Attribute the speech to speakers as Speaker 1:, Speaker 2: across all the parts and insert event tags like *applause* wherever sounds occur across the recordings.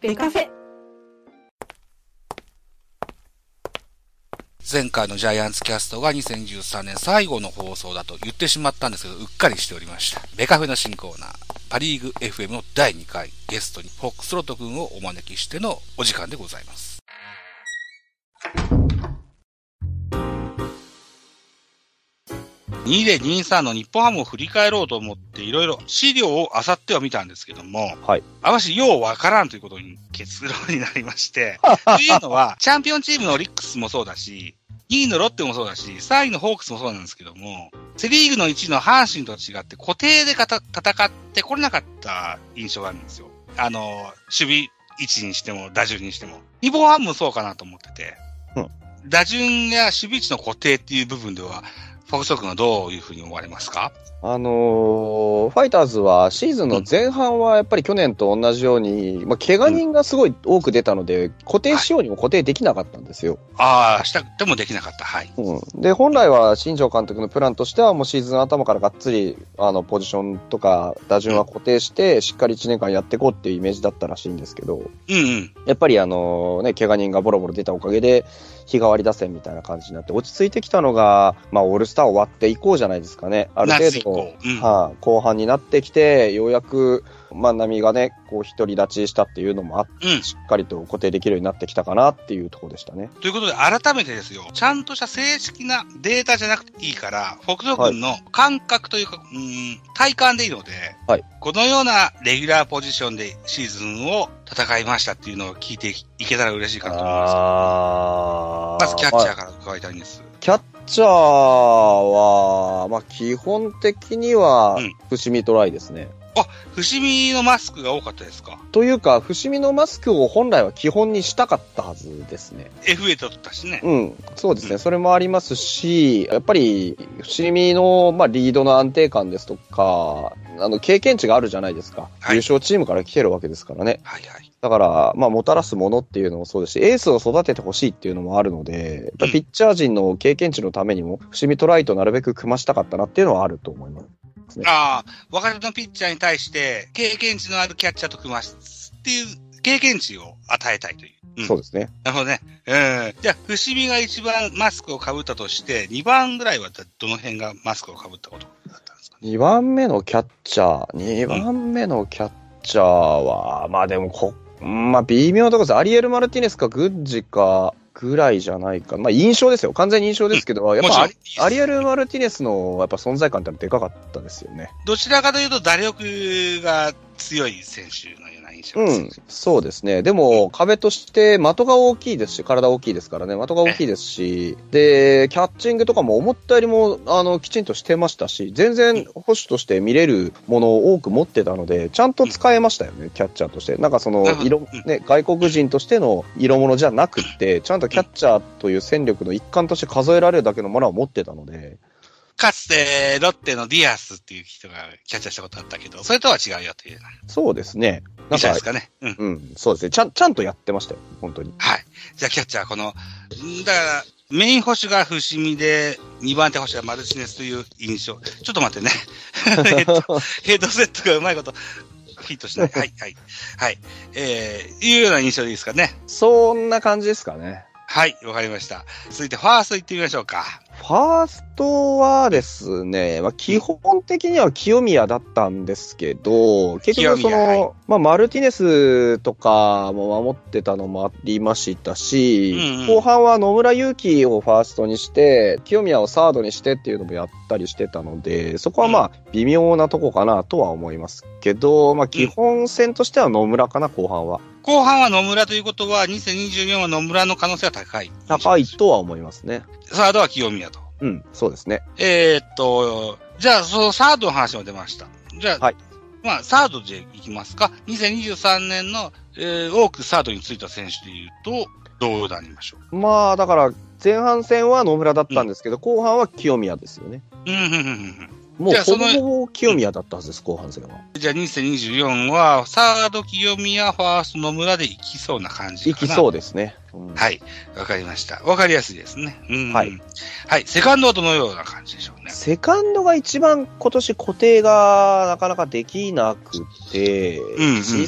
Speaker 1: デカフェ
Speaker 2: 前回のジャイアンツキャストが2013年最後の放送だと言ってしまったんですけど、うっかりしておりました。ベカフェの新コーナー、パリーグ FM の第2回、ゲストにフォックスロット君をお招きしてのお時間でございます。2023の日本ハムを振り返ろうと思って、いろいろ資料を漁ってはみたんですけども、
Speaker 3: はい
Speaker 2: あましようわからんということに結論になりまして、
Speaker 3: *laughs*
Speaker 2: というのは、チャンピオンチームのオリックスもそうだし、2位のロッテもそうだし、3位のホークスもそうなんですけども、セリーグの1位の阪神と違って固定でかた戦ってこれなかった印象があるんですよ。あの、守備位置にしても、打順にしても。日本ハムもそうかなと思ってて、
Speaker 3: うん
Speaker 2: 打順や守備位置の固定っていう部分では、フォックス君はどういうふうに思われますか
Speaker 3: あのーファイターズはシーズンの前半はやっぱり去年と同じように、まあ、怪我人がすごい多く出たので、固定しようにも固定できなかったんですよ。
Speaker 2: ああ、したくてもできなかった。はい。
Speaker 3: うん、で、本来は新庄監督のプランとしては、もうシーズン頭からがっつりあのポジションとか打順は固定して、しっかり1年間やっていこうっていうイメージだったらしいんですけど、
Speaker 2: うんうん。
Speaker 3: やっぱりあの、ね、怪我人がボロボロ出たおかげで、日替わり打線みたいな感じになって、落ち着いてきたのが、まあ、オールスター終わって以降じゃないですかね。ある程
Speaker 2: 夏以
Speaker 3: 度。
Speaker 2: 降。うん。
Speaker 3: はい、後半になってきて、ようやく、まあ、波がね、こう、独り立ちしたっていうのもあって、
Speaker 2: うん。
Speaker 3: しっかりと固定できるようになってきたかなっていうところでしたね。
Speaker 2: ということで、改めてですよ、ちゃんとした正式なデータじゃなくていいから、フォクソ君の感覚というか、うーん、体感でいいので、
Speaker 3: はい
Speaker 2: このようなレギュラーポジションでシーズンを戦いましたっていうのを聞いていけたら嬉しいかなと思います。
Speaker 3: あ
Speaker 2: まずキャッチャー
Speaker 3: ー。
Speaker 2: から伺いたいんです。
Speaker 3: キャッチャーは、まあ、基本的には
Speaker 2: うん、
Speaker 3: 伏見トライですね。
Speaker 2: 伏見のマスクが多かったですか
Speaker 3: というか、伏見のマスクを本来は基本にしたかったはずですね。
Speaker 2: ?FA 取ったしね。
Speaker 3: うん、そうです
Speaker 2: う
Speaker 3: ね、それもありますし、やっぱり伏見の、まあ、リードの安定感ですとか、あの経験値があるじゃないですか、
Speaker 2: はい
Speaker 3: 優勝チームから来てるわけですからね、
Speaker 2: はいはい。
Speaker 3: だから、まあ、もたらすものっていうのもそうですし、エースを育ててほしいっていうのもあるので、やっぱりピッチャー陣の経験値のためにも、伏見トライとなるべく組ましたかったなっていうのはあると思います。
Speaker 2: ああ、若手のピッチャーに対して、経験値のあるキャッチャーと組ますっていう、経験値を与えたいという。うん
Speaker 3: そうですね。
Speaker 2: なるほどね。うん。じゃあ、伏見が一番マスクをかぶったとして、2番ぐらいはどの辺がマスクをかぶったことだったんですかね。
Speaker 3: 2番目のキャッチャー、2番目のキャッチャーは、まあでもこ、うんまあ微妙なところです。アリエル・マルティネスかグッジかぐらいじゃないか。まあ印象ですよ。完全に印象ですけど、やっ
Speaker 2: もちろ
Speaker 3: ぱア
Speaker 2: ん
Speaker 3: リアリエル・マルティネスのやっぱ存在感ってでかかったですよね。
Speaker 2: どちらかというと、打力が強い選手のような印象
Speaker 3: う
Speaker 2: です、
Speaker 3: ん、そうですね。でも壁として的が大きいですし、体大きいですからね。的が大きいですし、で、キャッチングとかも思ったよりも、あの、きちんとしてましたし、全然保守として見れるものを多く持ってたので、ちゃんと使えましたよね、キャッチャーとして。なんかその
Speaker 2: なるほ、ど
Speaker 3: 色
Speaker 2: うん、
Speaker 3: ね、外国人としての色物じゃなくって、ちゃんとキャッチャーという戦力の一環として数えられるだけのものを持ってたので、
Speaker 2: かつて、ロッテのディアスっていう人がキャッチャーしたことあったけど、それとは違うよというような
Speaker 3: そうですね。なん
Speaker 2: 印象
Speaker 3: か
Speaker 2: です、かね。うん。
Speaker 3: うん、そうですね。ちゃん、ちゃんとやってましたよ、本当に。
Speaker 2: はい。じゃあ、キャッチャー、この、んだから、メイン捕手が伏見で、2番手捕手がマルチネスという印象。ちょっと
Speaker 3: *laughs*
Speaker 2: 待ってね。ヘッドヘッドセットがうまいこと、ヒット
Speaker 3: *laughs*
Speaker 2: しない。はい、はい。はい。えー、いうような印象でいいですかね。
Speaker 3: そんな感じですかね。
Speaker 2: はい、わかりました。続いて、ファースト行ってみましょうか。
Speaker 3: ファーストはですね、まあ、基本的には清宮だったんですけど、結局
Speaker 2: 清
Speaker 3: そ
Speaker 2: 宮は
Speaker 3: の、まあ、マルティネスとかも守ってたのもありましたし、
Speaker 2: うんうん
Speaker 3: 後半は野村祐希をファーストにして、清宮をサードにしてっていうのもやったりしてたので、そこはまあ微妙なとこかなとは思いますけど、まあ、基本戦としては野村かな、後半は。
Speaker 2: 後半は野村ということは、2024は野村の可能性は高い。
Speaker 3: 高い。とは思いますね。
Speaker 2: サードは清宮と。
Speaker 3: うん、そうですね。
Speaker 2: えー、っと、じゃあ、そのサードの話も出ました。じゃあ、
Speaker 3: はい
Speaker 2: まあ、サードでいきますか。2023年の、えー、多くサードについた選手で言うと、どうなりましょう。
Speaker 3: まあ、だから、前半戦は野村だったんですけど、後半は清宮ですよね。
Speaker 2: うん、うん、うんうん。
Speaker 3: もう
Speaker 2: じゃあ
Speaker 3: ほぼ
Speaker 2: その
Speaker 3: ほぼ清宮だったはずです、後半戦は。
Speaker 2: じゃあ、2024は、サード清宮、ファースト野村で行きそうな感じ
Speaker 3: い
Speaker 2: かな。
Speaker 3: きそうですね。うん
Speaker 2: はい。わかりました。わかりやすいですね。うん。
Speaker 3: は
Speaker 2: はいい。はい。セカンドはどのような感じでしょうね。
Speaker 3: セカンドが一番今年固定がなかなかできなくて、
Speaker 2: んうん
Speaker 3: 実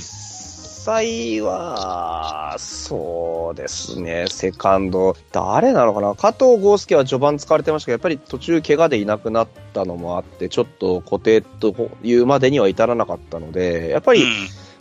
Speaker 3: 際は、そうですね、セカンド、誰なのかな、加藤豪介は序盤使われてましたけど、やっぱり途中、怪我でいなくなったのもあって、ちょっと固定というまでには至らなかったので、やっぱり、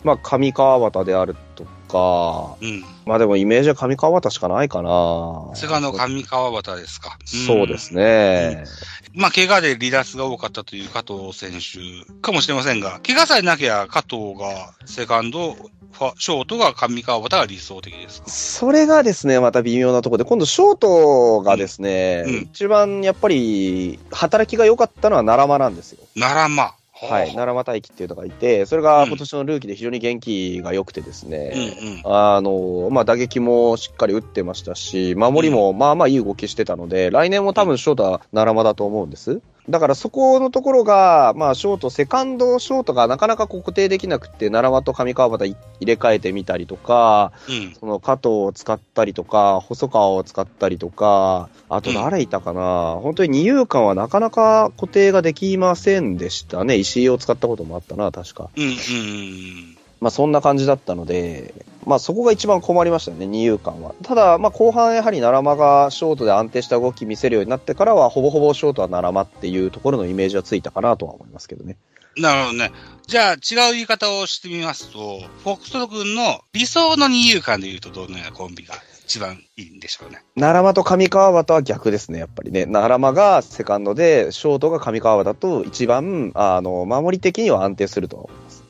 Speaker 3: まあ、上川端であるとか、
Speaker 2: うん。うん。
Speaker 3: まあでもイメージは上川端しかないかな。
Speaker 2: 菅野上川端ですか。ん
Speaker 3: そうで。すね。
Speaker 2: まあ、怪我で離脱が多かったという加藤選手かもしれませんが、怪我さえなきゃ加藤がセカンド、ファショートが上川端が理想的ですか。
Speaker 3: それがですね、また微妙なところで、今度、ショートがですね、
Speaker 2: うんうん
Speaker 3: 一番やっぱり働きが良かったのは奈良間なんですよ。
Speaker 2: 奈良間。
Speaker 3: はい、
Speaker 2: ほう
Speaker 3: 奈良間大輝っていうのがいて、それが今年のルーキーで非常に元気が良くてですね、
Speaker 2: うんうん。
Speaker 3: あのまあ、打撃もしっかり打ってましたし、守りもまあまあいい動きしてたので、来年も多分ショートは奈良間だと思うんです。だからそこのところが、まあ、ショート、セカンド、ショートがなかなかこう固定できなくて、奈良間と上川端入れ替えてみたりとか、
Speaker 2: うん。
Speaker 3: その加藤を使ったりとか、細川を使ったりとか、あと誰いたかな、本当に二遊間はなかなか固定ができませんでしたね。石井を使ったこともあったな、確か。
Speaker 2: うんうん。
Speaker 3: まあそんな感じだったので、まあそこが一番困りましたね、二遊間は。ただ、まあ後半やはり奈良間がショートで安定した動き見せるようになってからは、ほぼほぼショートは奈良間っていうところのイメージはついたかなとは思いますけどね。
Speaker 2: なるほどね。じゃあ、違う言い方をしてみますと、フォックスト君の理想の二遊間で言うと、どのようなコンビが一番いいんでしょうね。
Speaker 3: 奈良間と上川端は逆ですね、やっぱりね。奈良間がセカンドで、ショートが上川端と一番、あの、守り的には安定するとは思います。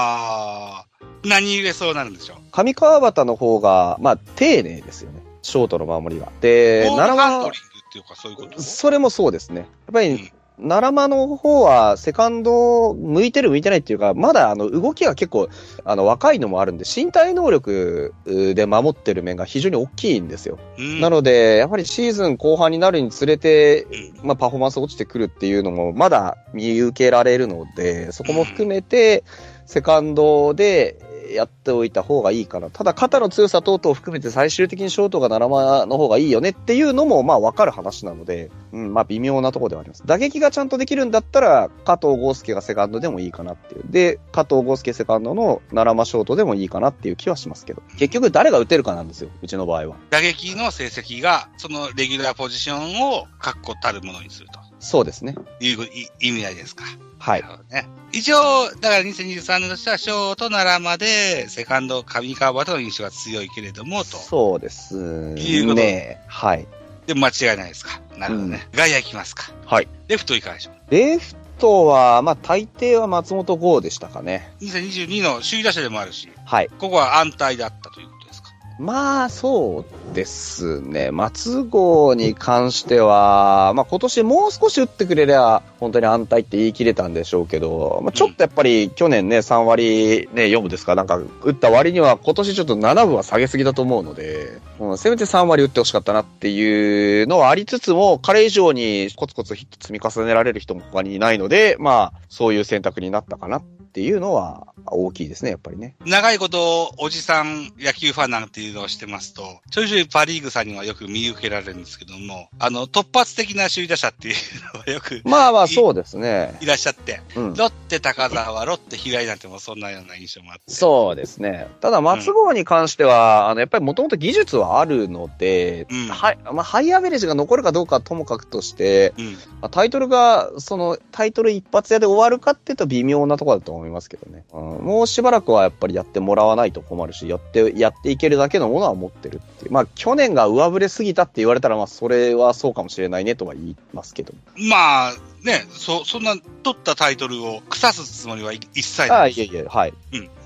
Speaker 2: あー、何故そうなるんでしょう。
Speaker 3: 上川端の方が、まあ、丁寧ですよね。ショートの守りは。で、
Speaker 2: ボール
Speaker 3: 奈良
Speaker 2: ハンド
Speaker 3: 間
Speaker 2: リング、っていうか、そういうこと
Speaker 3: それもそうですね。やっぱり、
Speaker 2: うん
Speaker 3: 奈良間の方は、セカンド、向いてる向いてないっていうか、まだ、あの、動きが結構、あの、若いのもあるんで、身体能力うで守ってる面が非常に大きいんですよ。
Speaker 2: うん
Speaker 3: なので、やはりシーズン後半になるにつれて
Speaker 2: ん、
Speaker 3: まあ、パフォーマンス落ちてくるっていうのも、まだ見受けられるので、そこも含めて、セカンドでやっておいた方がいいかな。ただ、肩の強さ等々を含めて、最終的にショートが7番の方がいいよねっていうのも、まあ、わかる話なので、うん、まあ、微妙なところではあります。打撃がちゃんとできるんだったら、加藤豪介がセカンドでもいいかなっていう。で、加藤豪介セカンドの奈良間ショートでもいいかなっていう気はしますけど。結局、誰が打てるかなんですよ、うちの場合は。
Speaker 2: 打撃の成績が、そのレギュラーポジションを確固たるものにすると
Speaker 3: そうですね。
Speaker 2: いうい意味合いですか。
Speaker 3: はい
Speaker 2: な。るほどね。一応、だから2023年としては、ショート奈良まで、セカンド上川端の印象が強いけれども、と。
Speaker 3: そうです
Speaker 2: いうこと
Speaker 3: ね。はい。
Speaker 2: で、間違いないですか。なるほどね。外野行きますか。
Speaker 3: はい。
Speaker 2: レフトいかがでしょう
Speaker 3: レフトは、まあ、大抵は松本剛でしたかね。
Speaker 2: 2022の首位打者でもあるし、
Speaker 3: はい。
Speaker 2: ここは安泰だったということですか。
Speaker 3: まあ、そうですね。松郷に関しては、まあ、今年もう少し打ってくれりゃ、本当に安泰って言い切れたんでしょうけど、まあ、ちょっとやっぱり去年ね、3割ね、4分ですか、なんか打った割には、今年ちょっと7分は下げすぎだと思うので、うん、せめて3割打ってほしかったなっていうのはありつつも、彼以上にコツコツヒット積み重ねられる人も他にいないので、まあ、そういう選択になったかなっていうのは大きいですね、やっぱりね。
Speaker 2: 長いこと、おじさん野球ファンなんていうのをしてますと、ちょいちょいパリーグさんにはよく見受けられるんですけども、あの、突発的な首位打者っていうのはよく *laughs*
Speaker 3: まあまあ、そうですね。
Speaker 2: いらっしゃって、
Speaker 3: うん。
Speaker 2: ロッテ高沢、ロッテ平井なんてもそんなような印象もあって。
Speaker 3: そうですね。ただ、松郷に関しては、あの、やっぱりもともと技術はあるので、
Speaker 2: うん
Speaker 3: はい、まあ、ハイアベレージが残るかどうかはともかくとして、
Speaker 2: うん。
Speaker 3: まあタイトルが、その、タイトル一発屋で終わるかっていうと微妙なところだと思いますけどね、うん。もうしばらくはやっぱりやってもらわないと困るし、やって、やっていけるだけのものは持ってるっていう。まあ、去年が上振れすぎたって言われたら、まあ、それはそうかもしれないねとは言いますけど。
Speaker 2: まあ、ね、そ、そんな取ったタイトルを腐すつもりは一切
Speaker 3: あ
Speaker 2: な
Speaker 3: あ、
Speaker 2: い
Speaker 3: いえいえ、はい。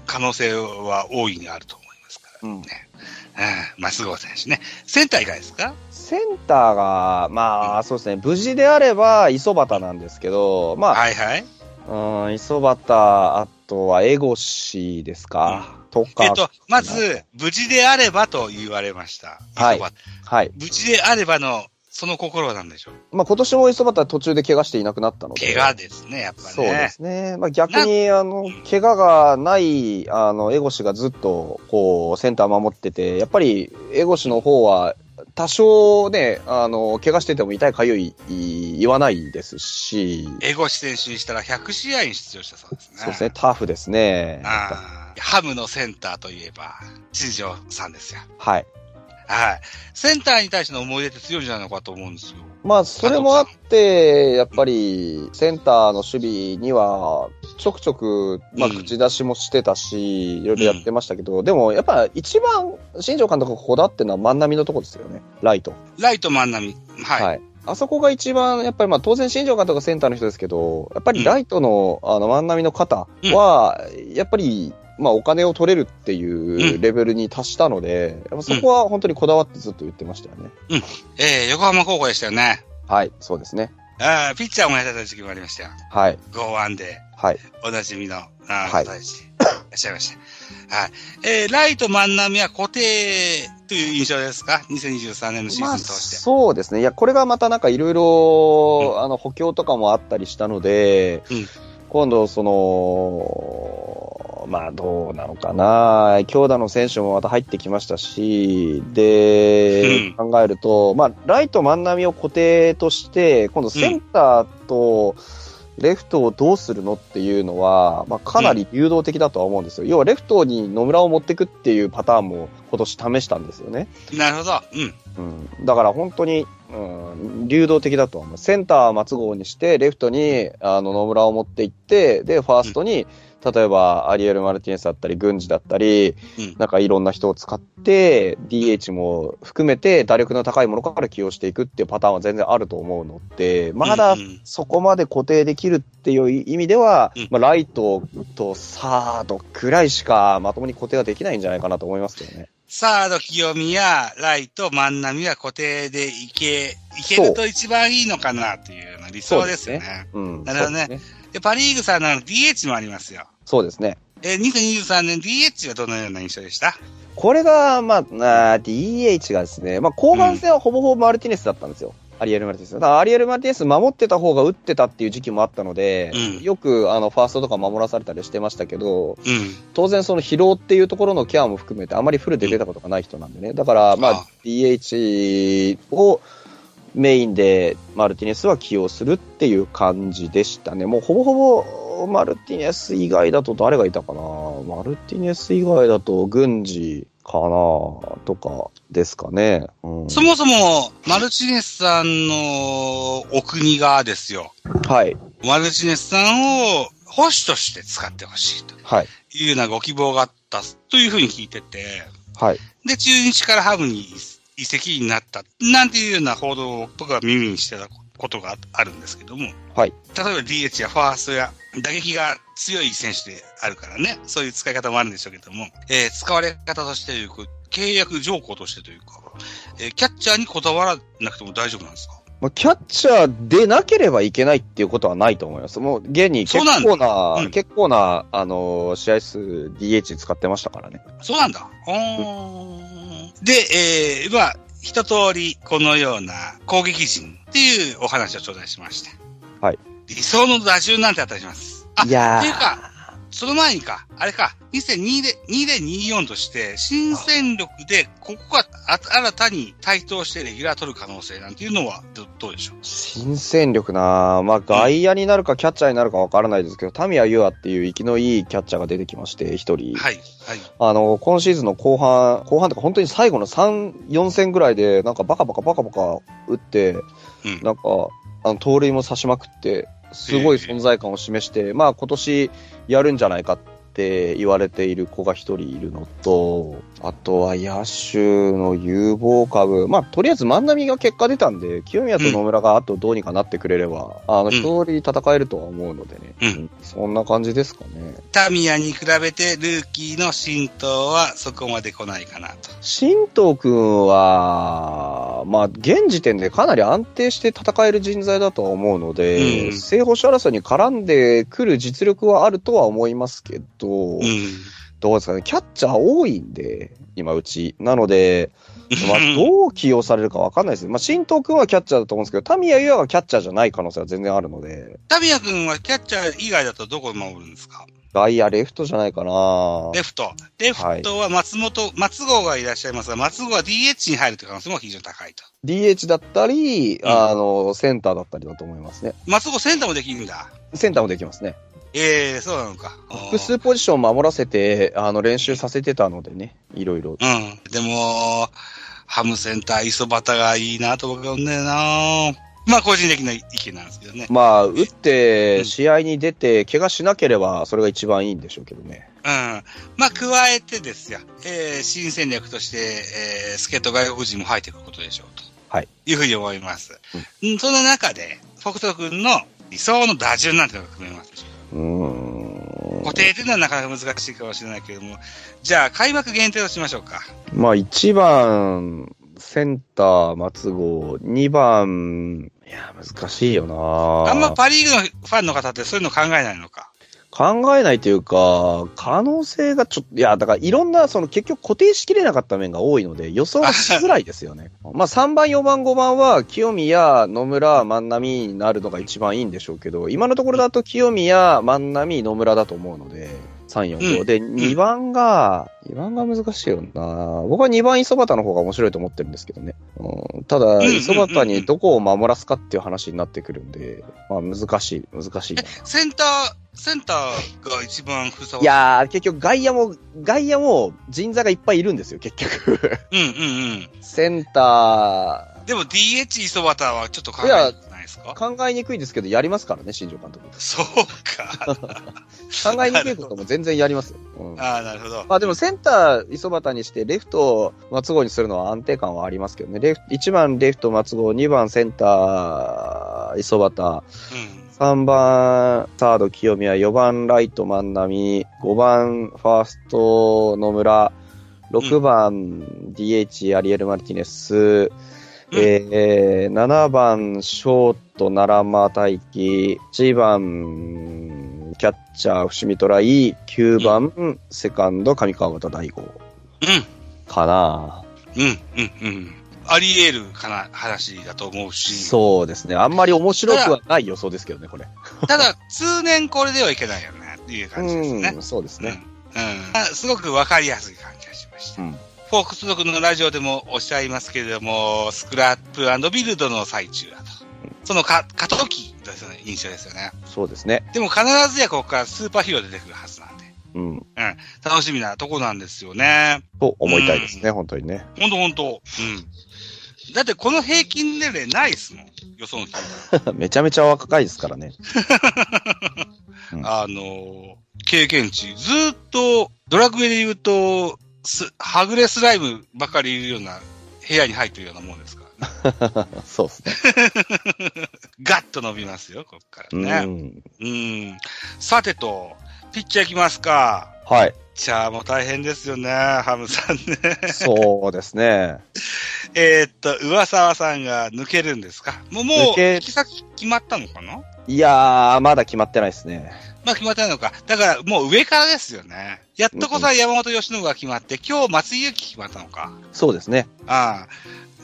Speaker 2: 可能性は大いにあると思いますから。
Speaker 3: うん
Speaker 2: うん。松郷選手ね。センターいかがですか
Speaker 3: センターが、まあ、そうですね、無事であれば、磯端なんですけど、ま
Speaker 2: はいはい。
Speaker 3: あ、うん、磯端、あとは、エゴシですか、とか、
Speaker 2: えっと、まず、無事であればと言われました。
Speaker 3: はい
Speaker 2: 磯端
Speaker 3: はい。
Speaker 2: 無事であればの、その心は何でしょう
Speaker 3: まあ、今年も磯端は途中で怪我していなくなったので。
Speaker 2: 怪我ですね、やっぱね。
Speaker 3: そうですね。まあ、逆に、あの、怪我がない、あの、エゴシがずっと、こう、センター守ってて、やっぱり、エゴシの方は、多少ね、あの、怪我してても痛いかゆい、い言わないですし、
Speaker 2: エゴシ選手にしたら100試合に出場したそうですね。
Speaker 3: そうですね、タフですね。
Speaker 2: あハムのセンターといえば、新庄さんですよ。
Speaker 3: はい。
Speaker 2: はい。センターに対しての思い出って強いんじゃないのかと思うんですよ。
Speaker 3: まあ、それもあって、やっぱり、センターの守備には、ちょくちょく、まあ、
Speaker 2: うん
Speaker 3: 口出しもしてたし、いろいろやってましたけど、でも、やっぱ、一番、新庄監督がこだわってるのは万波のとこですよね。ライト。
Speaker 2: ライト万波。はい。
Speaker 3: はい。あそこが一番、やっぱりまあ当然新庄監督がセンターの人ですけど、やっぱりライトの,、あの万波の方は、やっぱり、まあお金を取れるっていううレベルに達したので、やっぱそこは本当にこだわってずっと言ってましたよね。
Speaker 2: えー、横浜高校でしたよね。
Speaker 3: はい、そうですね。
Speaker 2: あーピッチャーもやってた時期もありましたよ。
Speaker 3: はい、
Speaker 2: 5-1で、
Speaker 3: はい、
Speaker 2: おなじみの、あ
Speaker 3: は
Speaker 2: ー
Speaker 3: い
Speaker 2: 大使、いらっしゃいました。はい。えー、ライト万波は固定という印象ですか ?2023 年のシーズン
Speaker 3: まあ
Speaker 2: を通して。
Speaker 3: そうですね。いや、これがまたなんかいろいろ、あの補強とかもあったりしたので、
Speaker 2: うん
Speaker 3: 今度その、まあどうなのかな、強打の選手もまた入ってきましたし、で、
Speaker 2: うん
Speaker 3: 考えると、まあライト万波を固定として、今度センターと、レフトをどうするのっていうのは、まあ、かなり流動的だとは思うんですよ。要はレフトに野村を持っていくっていうパターンも今年試したんですよね。
Speaker 2: なるほど。うん。
Speaker 3: うん、だから本当に、うん、流動的だと思う。センターは松郷にして、レフトにあの野村を持っていって、で、ファーストに、例えばアリエル・マルティネスだったり、郡司だったり、
Speaker 2: うん。
Speaker 3: なんかいろんな人を使って、DH も含めて打力の高いものから起用していくっていうパターンは全然あると思うので、まだ
Speaker 2: うんうん
Speaker 3: そこまで固定できるっていう意味では、
Speaker 2: うん
Speaker 3: まあ、ライトとサードくらいしかまともに固定はできないんじゃないかなと思いますけどね。
Speaker 2: サード清宮、ライト万波は固定でいけ、いけ
Speaker 3: そ
Speaker 2: る
Speaker 3: う
Speaker 2: と一番いいのかなというような理想ですよ
Speaker 3: そ
Speaker 2: ね。
Speaker 3: うん。
Speaker 2: なるほどね
Speaker 3: そうですね。
Speaker 2: で、パリーグさんの DH もありますよ。
Speaker 3: そうですね。
Speaker 2: えー、2023年 DH はどのような印象でした
Speaker 3: これが、まあ、あー DH がですね、まあ、後半戦はほぼほぼマルティネスだったんですよ。アリエル・マルティネス。だからアリエル・マルティネス守ってた方が打ってたっていう時期もあったので、
Speaker 2: うん
Speaker 3: よくあのファーストとか守らされたりしてましたけ
Speaker 2: う
Speaker 3: ど、
Speaker 2: ん。
Speaker 3: 当然その疲労っていうところのケアも含めてあまりフルで出たことがない人なんでね。だから、ま
Speaker 2: ああ
Speaker 3: あ、DH をメインでマルティネスは起用するっていう感じでしたね。もうほぼほぼマルティネス以外だと誰がいたかなマルティネス以外だと軍事かなとかですかね。うん、
Speaker 2: そもそも、マルチネスさんのお国がですよ。
Speaker 3: はい。
Speaker 2: マルチネスさんを保守として使ってほしいと
Speaker 3: はい。
Speaker 2: いうようなご希望があったというふうに聞いてて、
Speaker 3: はい。
Speaker 2: で、中日からハブに移籍になった、なんていうような報道を僕は耳にしてたことがあるんですけども、
Speaker 3: はい。
Speaker 2: 例えば DH やファーストや打撃が強い選手であるからね、そういう使い方もあるんでしょうけども、えー使われ方としてというか、契約条項としてというか、えーキャッチャーにこだわらなくても大丈夫なんですか
Speaker 3: まあ、キャッチャーでなければいけないっていうことはないと思います。もう、現に結
Speaker 2: そ
Speaker 3: 構
Speaker 2: うな
Speaker 3: な、
Speaker 2: んだうん
Speaker 3: 結構な、あのー試合数 DH 使ってましたからね。
Speaker 2: そうなんだ。うーんで、えー、まあ、一通りこのような攻撃陣っていうお話を頂戴しました。
Speaker 3: はい。
Speaker 2: 理想の打順なんてあったりします。あ、
Speaker 3: いやー
Speaker 2: っていうか、その前にか、あれか、2002で、2024として、新戦力で、ここがあ新たに台頭してレギュラー取る可能性なんていうのはど、どうでしょう
Speaker 3: 新戦力なあまあ、外野になるかキャッチャーになるかわからないですけど、田宮優愛っていう生きのいいキャッチャーが出てきまして、一人。
Speaker 2: はい、はい。
Speaker 3: あの、今シーズンの後半、後半とか本当に最後の3、4戦ぐらいで、なんかバカバカバカバカ打って、
Speaker 2: うん
Speaker 3: なんか、あの、盗塁も刺しまくって、すごい存在感を示して、まあ今年やるんじゃないかって言われている子が一人いるのと、あとは野手の有望株、まあとりあえず万波が結果出たんで、清宮と野村があとどうにかなってくれれば、あの、
Speaker 2: うん
Speaker 3: 一人戦えるとは思うのでね、
Speaker 2: うん
Speaker 3: そんな感じですかね。
Speaker 2: タミヤに比べてルーキーの浸透はそこまで来ないかなと。
Speaker 3: 新藤君は、まあ、現時点でかなり安定して戦える人材だとは思うので、
Speaker 2: うん
Speaker 3: 正捕手争いに絡んでくる実力はあるとは思いますけ
Speaker 2: う
Speaker 3: ど、
Speaker 2: ん。
Speaker 3: どうですかね、キャッチャー多いんで、今うち。なので、まあ、どう起用されるかわかんないですね。まあ、新藤君はキャッチャーだと思うんですけど、田宮優愛がキャッチャーじゃない可能性は全然あるので、
Speaker 2: タミヤ君はキャッチャー以外だとどこを守るんですか
Speaker 3: 外野、レフトじゃないかな。
Speaker 2: レフト。レフトは松本、松郷がいらっしゃいますが、松郷は DH に入るという可能性も非常に高いと。
Speaker 3: DH だったり、
Speaker 2: ん
Speaker 3: あの、センターだったりだと思いますね。
Speaker 2: 松郷センターもできるんだ。
Speaker 3: センターもできますね。
Speaker 2: ええそうなのか。
Speaker 3: 複数ポジション守らせて、あの、練習させてたのでね、いろいろ。
Speaker 2: うん。でも、ハムセンター、磯端がいいなと僕は思うんだよなまあ、個人的な意見なんですけどね。
Speaker 3: まあ、打っ
Speaker 2: うん
Speaker 3: て、試合に出て、怪我しなければ、それが一番いいんでしょうけどね。
Speaker 2: うん。まあ、加えてですよ。えー、新戦略として、えー、助っ人外国人も入っていくことでしょうと。
Speaker 3: はい。
Speaker 2: いうふうに思います。うん。その中で、北斗君の理想の打順なんていうのが組めますでしょうか
Speaker 3: うーん。
Speaker 2: 固定というのはなかなか難しいかもしれないけれども、じゃあ、開幕限定としましょうか。
Speaker 3: まあ、1番、センター、松郷。2番、いや、難しいよな
Speaker 2: あんまパリーグのファンの方ってそういうの考えないのか。
Speaker 3: 考えないというか、可能性がちょっと、いや、だからいろんな、その結局固定しきれなかった面が多いので、予想がしづらいです
Speaker 2: *laughs*
Speaker 3: よね。まあ3番、4番、5番は、清宮、野村、万波になるのが一番いいんでしょうけど、今のところだと清宮、万波、野村だと思うので、3、4、
Speaker 2: う
Speaker 3: 5。で、2番が、2番が難しいよな僕は2番、磯端の方が面白いと思ってるんですけどね。うん、ただ、
Speaker 2: んうん
Speaker 3: 磯端にどこを守らすかっていう話になってくるんで、まあ難しい、難しいな。
Speaker 2: センター、センターが一番ふさわし
Speaker 3: いやー、結局外野も、外野も人材がいっぱいいるんですよ、結局。 *laughs*
Speaker 2: うんうん
Speaker 3: センタ
Speaker 2: うん。でも DH 磯端はちょっと考えないじゃないです
Speaker 3: ー、
Speaker 2: か
Speaker 3: 考えにくいですけど、やりますからね、新庄監督。
Speaker 2: そうか。
Speaker 3: 考えにくいことも全然やりますよ。
Speaker 2: *laughs*
Speaker 3: うん
Speaker 2: ああ、なるほど。
Speaker 3: まあでもセンター、磯端にして、レフトを松郷にするのは安定感はありますけどね。レフ1番レフト松郷、2番センター、磯端、
Speaker 2: うん。
Speaker 3: 3番サード清宮、4番ライト万波、5番ファースト野村、6番 DH アリエル・マルティネス、
Speaker 2: うん
Speaker 3: えー7番ショート奈良間大輝、1番キャッチャー伏見トライ、9番、セカンド上川端大吾かな。
Speaker 2: うん、うん、うん、うん。あり得るかな、話だと思うし。
Speaker 3: そうですね。あんまり面白くはない予想ですけどね、これ。
Speaker 2: ただ、通年これではいけないよね、っていう感じですね
Speaker 3: う。ん、そうです
Speaker 2: うん。うん
Speaker 3: ね。
Speaker 2: あすごくわかりやすい感じがしました。
Speaker 3: うん
Speaker 2: フォークス族のラジオでもおっしゃいますけれども、スクラップビルドの最中だと。そのか過渡期という印象ですよね。
Speaker 3: そうですね。
Speaker 2: でも必ずやここからスーパーヒーロー出てくるはずなんで、
Speaker 3: うん。
Speaker 2: 楽しみなとこなんですよね。
Speaker 3: と思いたいですね、本当にね。 *laughs*
Speaker 2: ほんとほんと。うん。だってこの平均年齢ないっすもん。予想の金
Speaker 3: めちゃめちゃ若いですからね。うん
Speaker 2: あのー、経験値。ずーっと、ドラクエで言うと、すはぐれスライムばかりいるような部屋に入ってるようなもんですから、
Speaker 3: *laughs*
Speaker 2: ね。
Speaker 3: *laughs* そうですね。
Speaker 2: ガッと伸びますよ、こっからね。
Speaker 3: うん。
Speaker 2: うん。さてと、ピッチャー行きますか。
Speaker 3: はい。
Speaker 2: ピッチャーも大変ですよね、ハムさんね。 *laughs*
Speaker 3: そうですね。
Speaker 2: えーっと、上沢さんが抜けるんですかもう、もう、
Speaker 3: 抜け
Speaker 2: 行き先決まったのかない
Speaker 3: やー、まだ決まってないですね。
Speaker 2: まあ決まったのか。だから、もう上からですよね。やっとこさ、山本由伸が決まって、今日松井裕樹決まったのか。
Speaker 3: そうですね。
Speaker 2: ああ。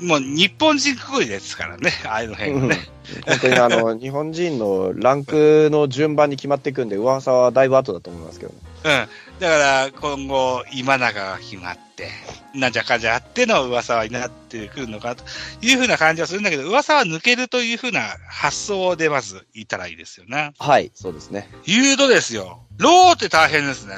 Speaker 2: もう日本人くくりですからね、ああいうの辺
Speaker 3: う
Speaker 2: が
Speaker 3: ん
Speaker 2: ね。
Speaker 3: 本当にあ *laughs* の、日本人のランクの順番に決まっていくんで、噂はだいぶ後だと思いますけどね。
Speaker 2: うん。だから、今後、今永が決まって、なんじゃかんじゃあっての噂はになってくるのかというふうな感じはするんだけど、噂は抜けるというふうな発想でまずいたらいいですよね。
Speaker 3: はい、そうですね。
Speaker 2: 言うとですよ。ローって大変ですね。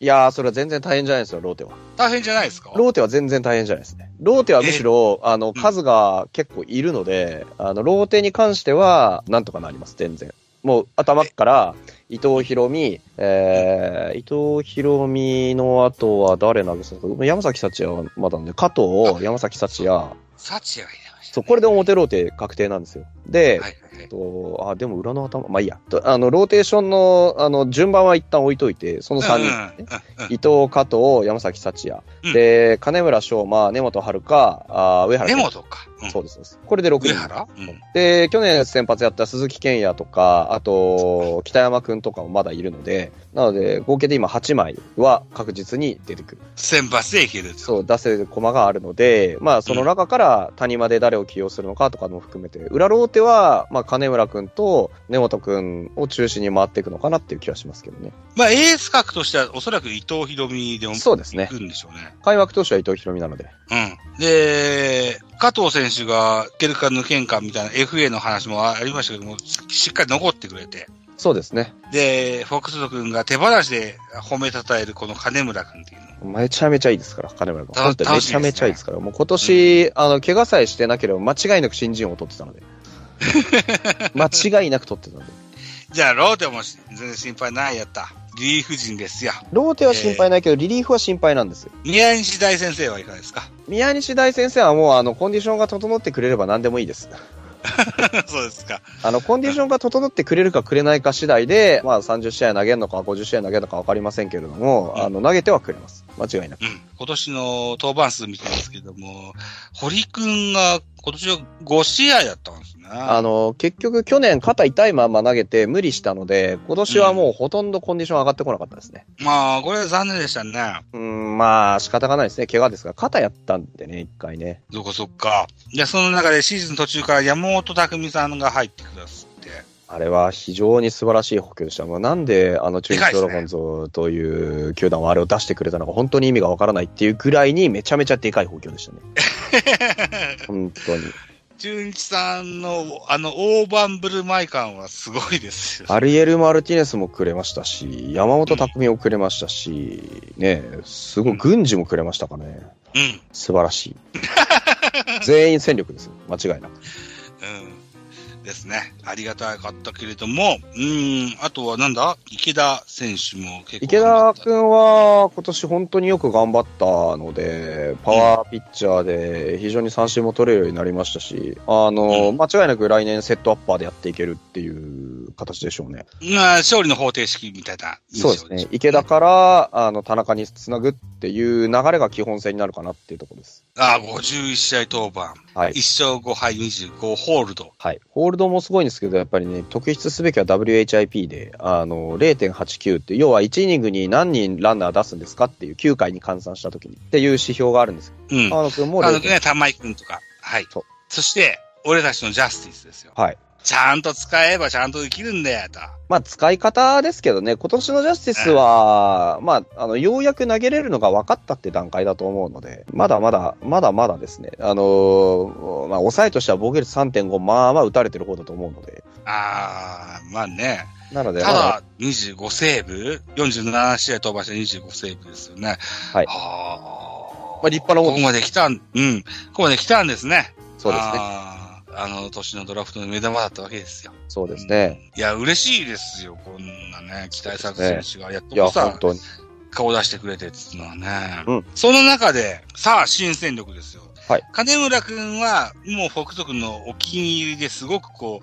Speaker 3: いやー、それは全然大変じゃないですよ、ローテは。
Speaker 2: 大変じゃないですか
Speaker 3: ローテは全然大変じゃないですね。ローテはむしろ、あの、数が結構いるので、あの、ローテに関しては、なんとかなります、全然。もう、頭から、伊藤博美、えー、伊藤博美の後は誰投げさせた山崎幸也はまだね、加藤、山崎幸也。
Speaker 2: サチが入れました、
Speaker 3: そう、これで表ローテ確定なんですよ。で、
Speaker 2: はいはいはい。
Speaker 3: とあ、でも裏の頭、まあいいや。とあの、ローテーションの、あの、順番は一旦置いといて、その3人ですね。
Speaker 2: うんうん
Speaker 3: 伊藤、加藤、山崎幸也。
Speaker 2: うん
Speaker 3: で、金村翔馬、根本遥香、あー上原
Speaker 2: 根
Speaker 3: 健。
Speaker 2: 本か。うん
Speaker 3: そうですそうです。これで6
Speaker 2: 上
Speaker 3: 人。
Speaker 2: 原うん。
Speaker 3: で、去年先発やった鈴木健也とか、あと、北山くんとかもまだいるので、なので、合計で今8枚は確実に出てくる。
Speaker 2: 先発でいけると。
Speaker 3: そう、出せる駒があるので、まあ、その中から谷間で誰を起用するのかとかも含めて、裏ローテは、まあ、金村くんと根本くんを中心に回っていくのかなっていう気はしますけどね。
Speaker 2: まあ、エース格としては、おそらく伊藤博美でも、
Speaker 3: そうですね
Speaker 2: 行くんでしょうね。
Speaker 3: 開幕投手は伊藤博美なので。
Speaker 2: うん。で、加藤選手が、いけるか抜けんかみたいな FA の話もありましたけども、ししっかり残ってくれて。
Speaker 3: そうですね。
Speaker 2: で、フォックスト君が手放しで褒めたたえるこの金村君っていうの。
Speaker 3: めちゃめちゃいいですから、金村君。
Speaker 2: た
Speaker 3: 本当にめちゃめちゃいいですから。もう今年、あの、怪我さえしてなければ間違いなく新人王を取って *laughs* たので。間違いなく取ってたので。
Speaker 2: じゃあ、ローテもし全然心配ないやった。リリーフ陣ですよ。
Speaker 3: ローテは心配ないけど、リリーフは心配なんですよ。
Speaker 2: 宮西大先生はいかがですか *laughs*
Speaker 3: 宮西大先生はもう、あの、コンディションが整ってくれれば何でもいいです。
Speaker 2: そうですか。
Speaker 3: あの、コンディションが整ってくれるかくれないか次第で、まあ、30試合投げるのか、50試合投げるのか分かりませんけれども、
Speaker 2: うん
Speaker 3: あの、投げてはくれます。間違いなく。
Speaker 2: うん。今年の登板数見てますけども、堀君が今年は5試合だったんですね。
Speaker 3: あの、結局、去年肩痛いまま投げて無理したので、今年はもうほとんどコンディション上がってこなかったですね。
Speaker 2: まあ、これ残念でしたね。
Speaker 3: うん、まあ、仕方がないですね。怪我ですが、肩やったんでね、一回ね。
Speaker 2: そこそっか。じゃあ、その中でシーズン途中から山本匠さんが入ってくださって。
Speaker 3: あれは非常に素晴らしい補強でした。もうなんで、あの、中日ドラゴンズという球団はあれを出してくれたのか、本当に意味がわからないっていうぐらいに、めちゃめちゃでかい補強でしたね。本当に。
Speaker 2: 中日さんの、あの、大盤振る舞い感はすごいですよ。
Speaker 3: アリエル・マルティネスもくれましたし、山本匠もくれましたし、ねえ、すごい、軍事もくれましたかね。
Speaker 2: うん。
Speaker 3: 素晴らしい。全員戦力ですよ。間違いなく。
Speaker 2: うん。ですね。ありがたかったけれども、うん。あとはなんだ池田選手も結構。
Speaker 3: 池田君は今年本当によく頑張ったので、パワーピッチャーで非常に三振も取れるようになりましたし、あの、
Speaker 2: うん
Speaker 3: 間違いなく来年セットアッパーでやっていけるっていう形でしょうね。
Speaker 2: まあ、勝利の方程式みたいな印
Speaker 3: そ
Speaker 2: 象
Speaker 3: うですね。池田。から、あの、田中につなぐっていう流れが基本線になるかなっていうところです。
Speaker 2: ああ、51試合登板。
Speaker 3: はい。
Speaker 2: 1勝5敗25ホールド。
Speaker 3: はい。ホールドもすごいんですけど、やっぱりね、特筆すべきは WHIP で、あの、0.89って、要は1イニングに何人ランナー出すんですかっていう、9回に換算した時にっていう指標があるんですけ
Speaker 2: うん。
Speaker 3: ど、
Speaker 2: あ
Speaker 3: 川野君も
Speaker 2: の
Speaker 3: 0.89。
Speaker 2: ね、玉井くんとか。はい。
Speaker 3: そう
Speaker 2: そして、俺たちのジャスティスですよ。
Speaker 3: はい。
Speaker 2: ちゃんと使えばちゃんと生きるんだよ、と。
Speaker 3: まあ、使い方ですけどね、今年のジャスティスは、まあ、あの、ようやく投げれるのが分かったって段階だと思うので、まだまだ、まだまだですね、あのーまあ、抑えとしては防御率3.5、まあまあ打たれてる方だと思うので、
Speaker 2: ああ、まあね。
Speaker 3: なので、
Speaker 2: た
Speaker 3: まだ
Speaker 2: だ、25セーブ ?47 試合飛ばして25セーブですよね。
Speaker 3: はい
Speaker 2: ああ。
Speaker 3: まあ立派なもん
Speaker 2: ここまで来たん、うん。ここまで来たんですね。
Speaker 3: そうですね。
Speaker 2: あーあの年のドラフトの目玉だったわけですよ。
Speaker 3: そうですね。
Speaker 2: いや、嬉しいですよ、こんなね、期待作選手がやっ
Speaker 3: いや、
Speaker 2: と
Speaker 3: 本
Speaker 2: さ、
Speaker 3: 当に。
Speaker 2: 顔出してくれてっていうのはね、
Speaker 3: うん
Speaker 2: その中で、さあ、新戦力ですよ。
Speaker 3: はい
Speaker 2: 金村くんは、もう北斗くんのお気に入りですごくこ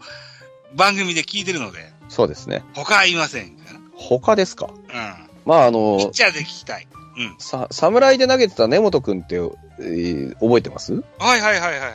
Speaker 2: う、番組で聞いてるので、
Speaker 3: そうですね。
Speaker 2: 他はいません、みたい
Speaker 3: 他ですか
Speaker 2: な。うん。
Speaker 3: まあ、あ
Speaker 2: ピッ
Speaker 3: の、
Speaker 2: チャーで聞きたい。
Speaker 3: さ、侍で投げてた根本くんって、えー覚えてます
Speaker 2: はいはいはいはいはい。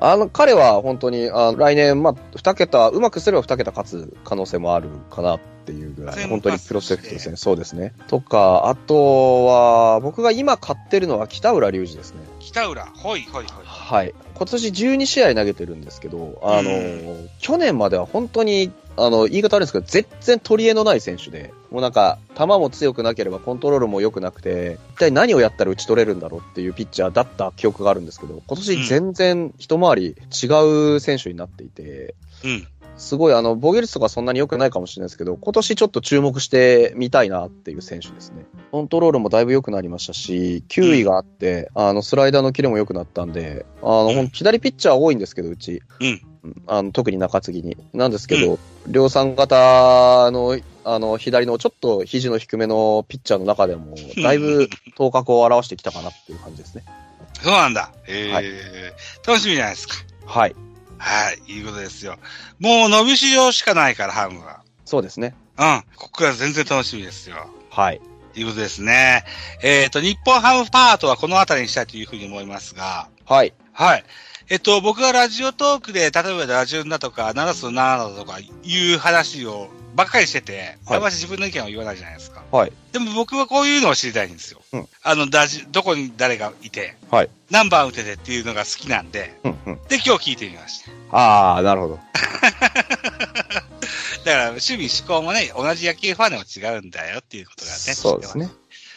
Speaker 3: あの、彼は本当に、あの来年、まあ、二桁、うまくすれば二桁勝つ可能性もあるかなっていうぐらい、
Speaker 2: 全部
Speaker 3: 本当にプロセクトですね。そうですね。とか、あとは、僕が今買ってるのは北浦隆二ですね。
Speaker 2: 北浦、ほいほいほい。
Speaker 3: はい。今年12試合投げてるんですけど、あの、
Speaker 2: う
Speaker 3: 去年までは本当に、あの、言い方あるんですけど、全然取り柄のない選手で、もうなんか、球も強くなければコントロールも良くなくて、一体何をやったら打ち取れるんだろうっていうピッチャーだった記憶があるんですけど、今年全然一回り違う選手になっていて、
Speaker 2: うん。
Speaker 3: すごい、あの、防御率とかそんなに良くないかもしれないですけど、今年ちょっと注目してみたいなっていう選手ですね。コントロールもだいぶ良くなりましたし、球威があって、あの、スライダーのキレも良くなったんで、あの、
Speaker 2: うん
Speaker 3: ほん左ピッチャー多いんですけど、うち。
Speaker 2: うん
Speaker 3: あの、特に中継ぎに。なんですけど、量産型の、あの、左のちょっと肘の低めのピッチャーの中で *laughs* も、だいぶ頭角を表してきたかなっていう感じですね。
Speaker 2: そうなんだ。えー
Speaker 3: は
Speaker 2: 楽しみじゃないですか。
Speaker 3: はい。
Speaker 2: はい、いうことですよ。もう伸びしろしかないから、ハムは。
Speaker 3: そうですね。
Speaker 2: うん、ここから全然楽しみですよ。
Speaker 3: はい。
Speaker 2: ということですね。えっ、と、日本ハムパートはこの辺りにしたいというふうに思いますが、
Speaker 3: はい。
Speaker 2: はい。えっと、僕がラジオトークで、例えばラジオンだとか、7つの7だとかいう話をばっかりしてて、
Speaker 3: はい
Speaker 2: あんまり自分の意見を言わないじゃないですか。
Speaker 3: はい。
Speaker 2: でも僕はこういうのを知りたいんですよ。
Speaker 3: うん
Speaker 2: あの、ラジどこに誰がいて、
Speaker 3: はい。
Speaker 2: 何番打ててっていうのが好きなんで、
Speaker 3: うんうん。
Speaker 2: で、今日聞いてみました。
Speaker 3: ああ、なるほど。
Speaker 2: だから、趣味、思考もね、同じ野球ファンでも違うんだよっていうことがね。
Speaker 3: そうですね。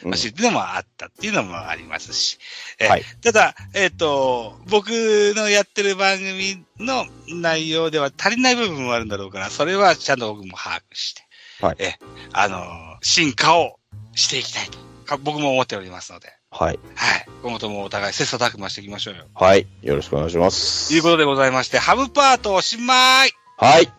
Speaker 3: うん
Speaker 2: まあ、知っていうのもあったっていうのもありますし。えー
Speaker 3: はい
Speaker 2: ただ、えっ、と、僕のやってる番組の内容では足りない部分もあるんだろうから、それはちゃんと僕も把握して、
Speaker 3: はい
Speaker 2: えーあのー進化をしていきたいとか、僕も思っておりますので、
Speaker 3: はい。
Speaker 2: はい。今後ともお互い切磋琢磨していきましょうよ。
Speaker 3: はい。よろしくお願いします。
Speaker 2: ということでございまして、ハムパートおしまい
Speaker 3: はい。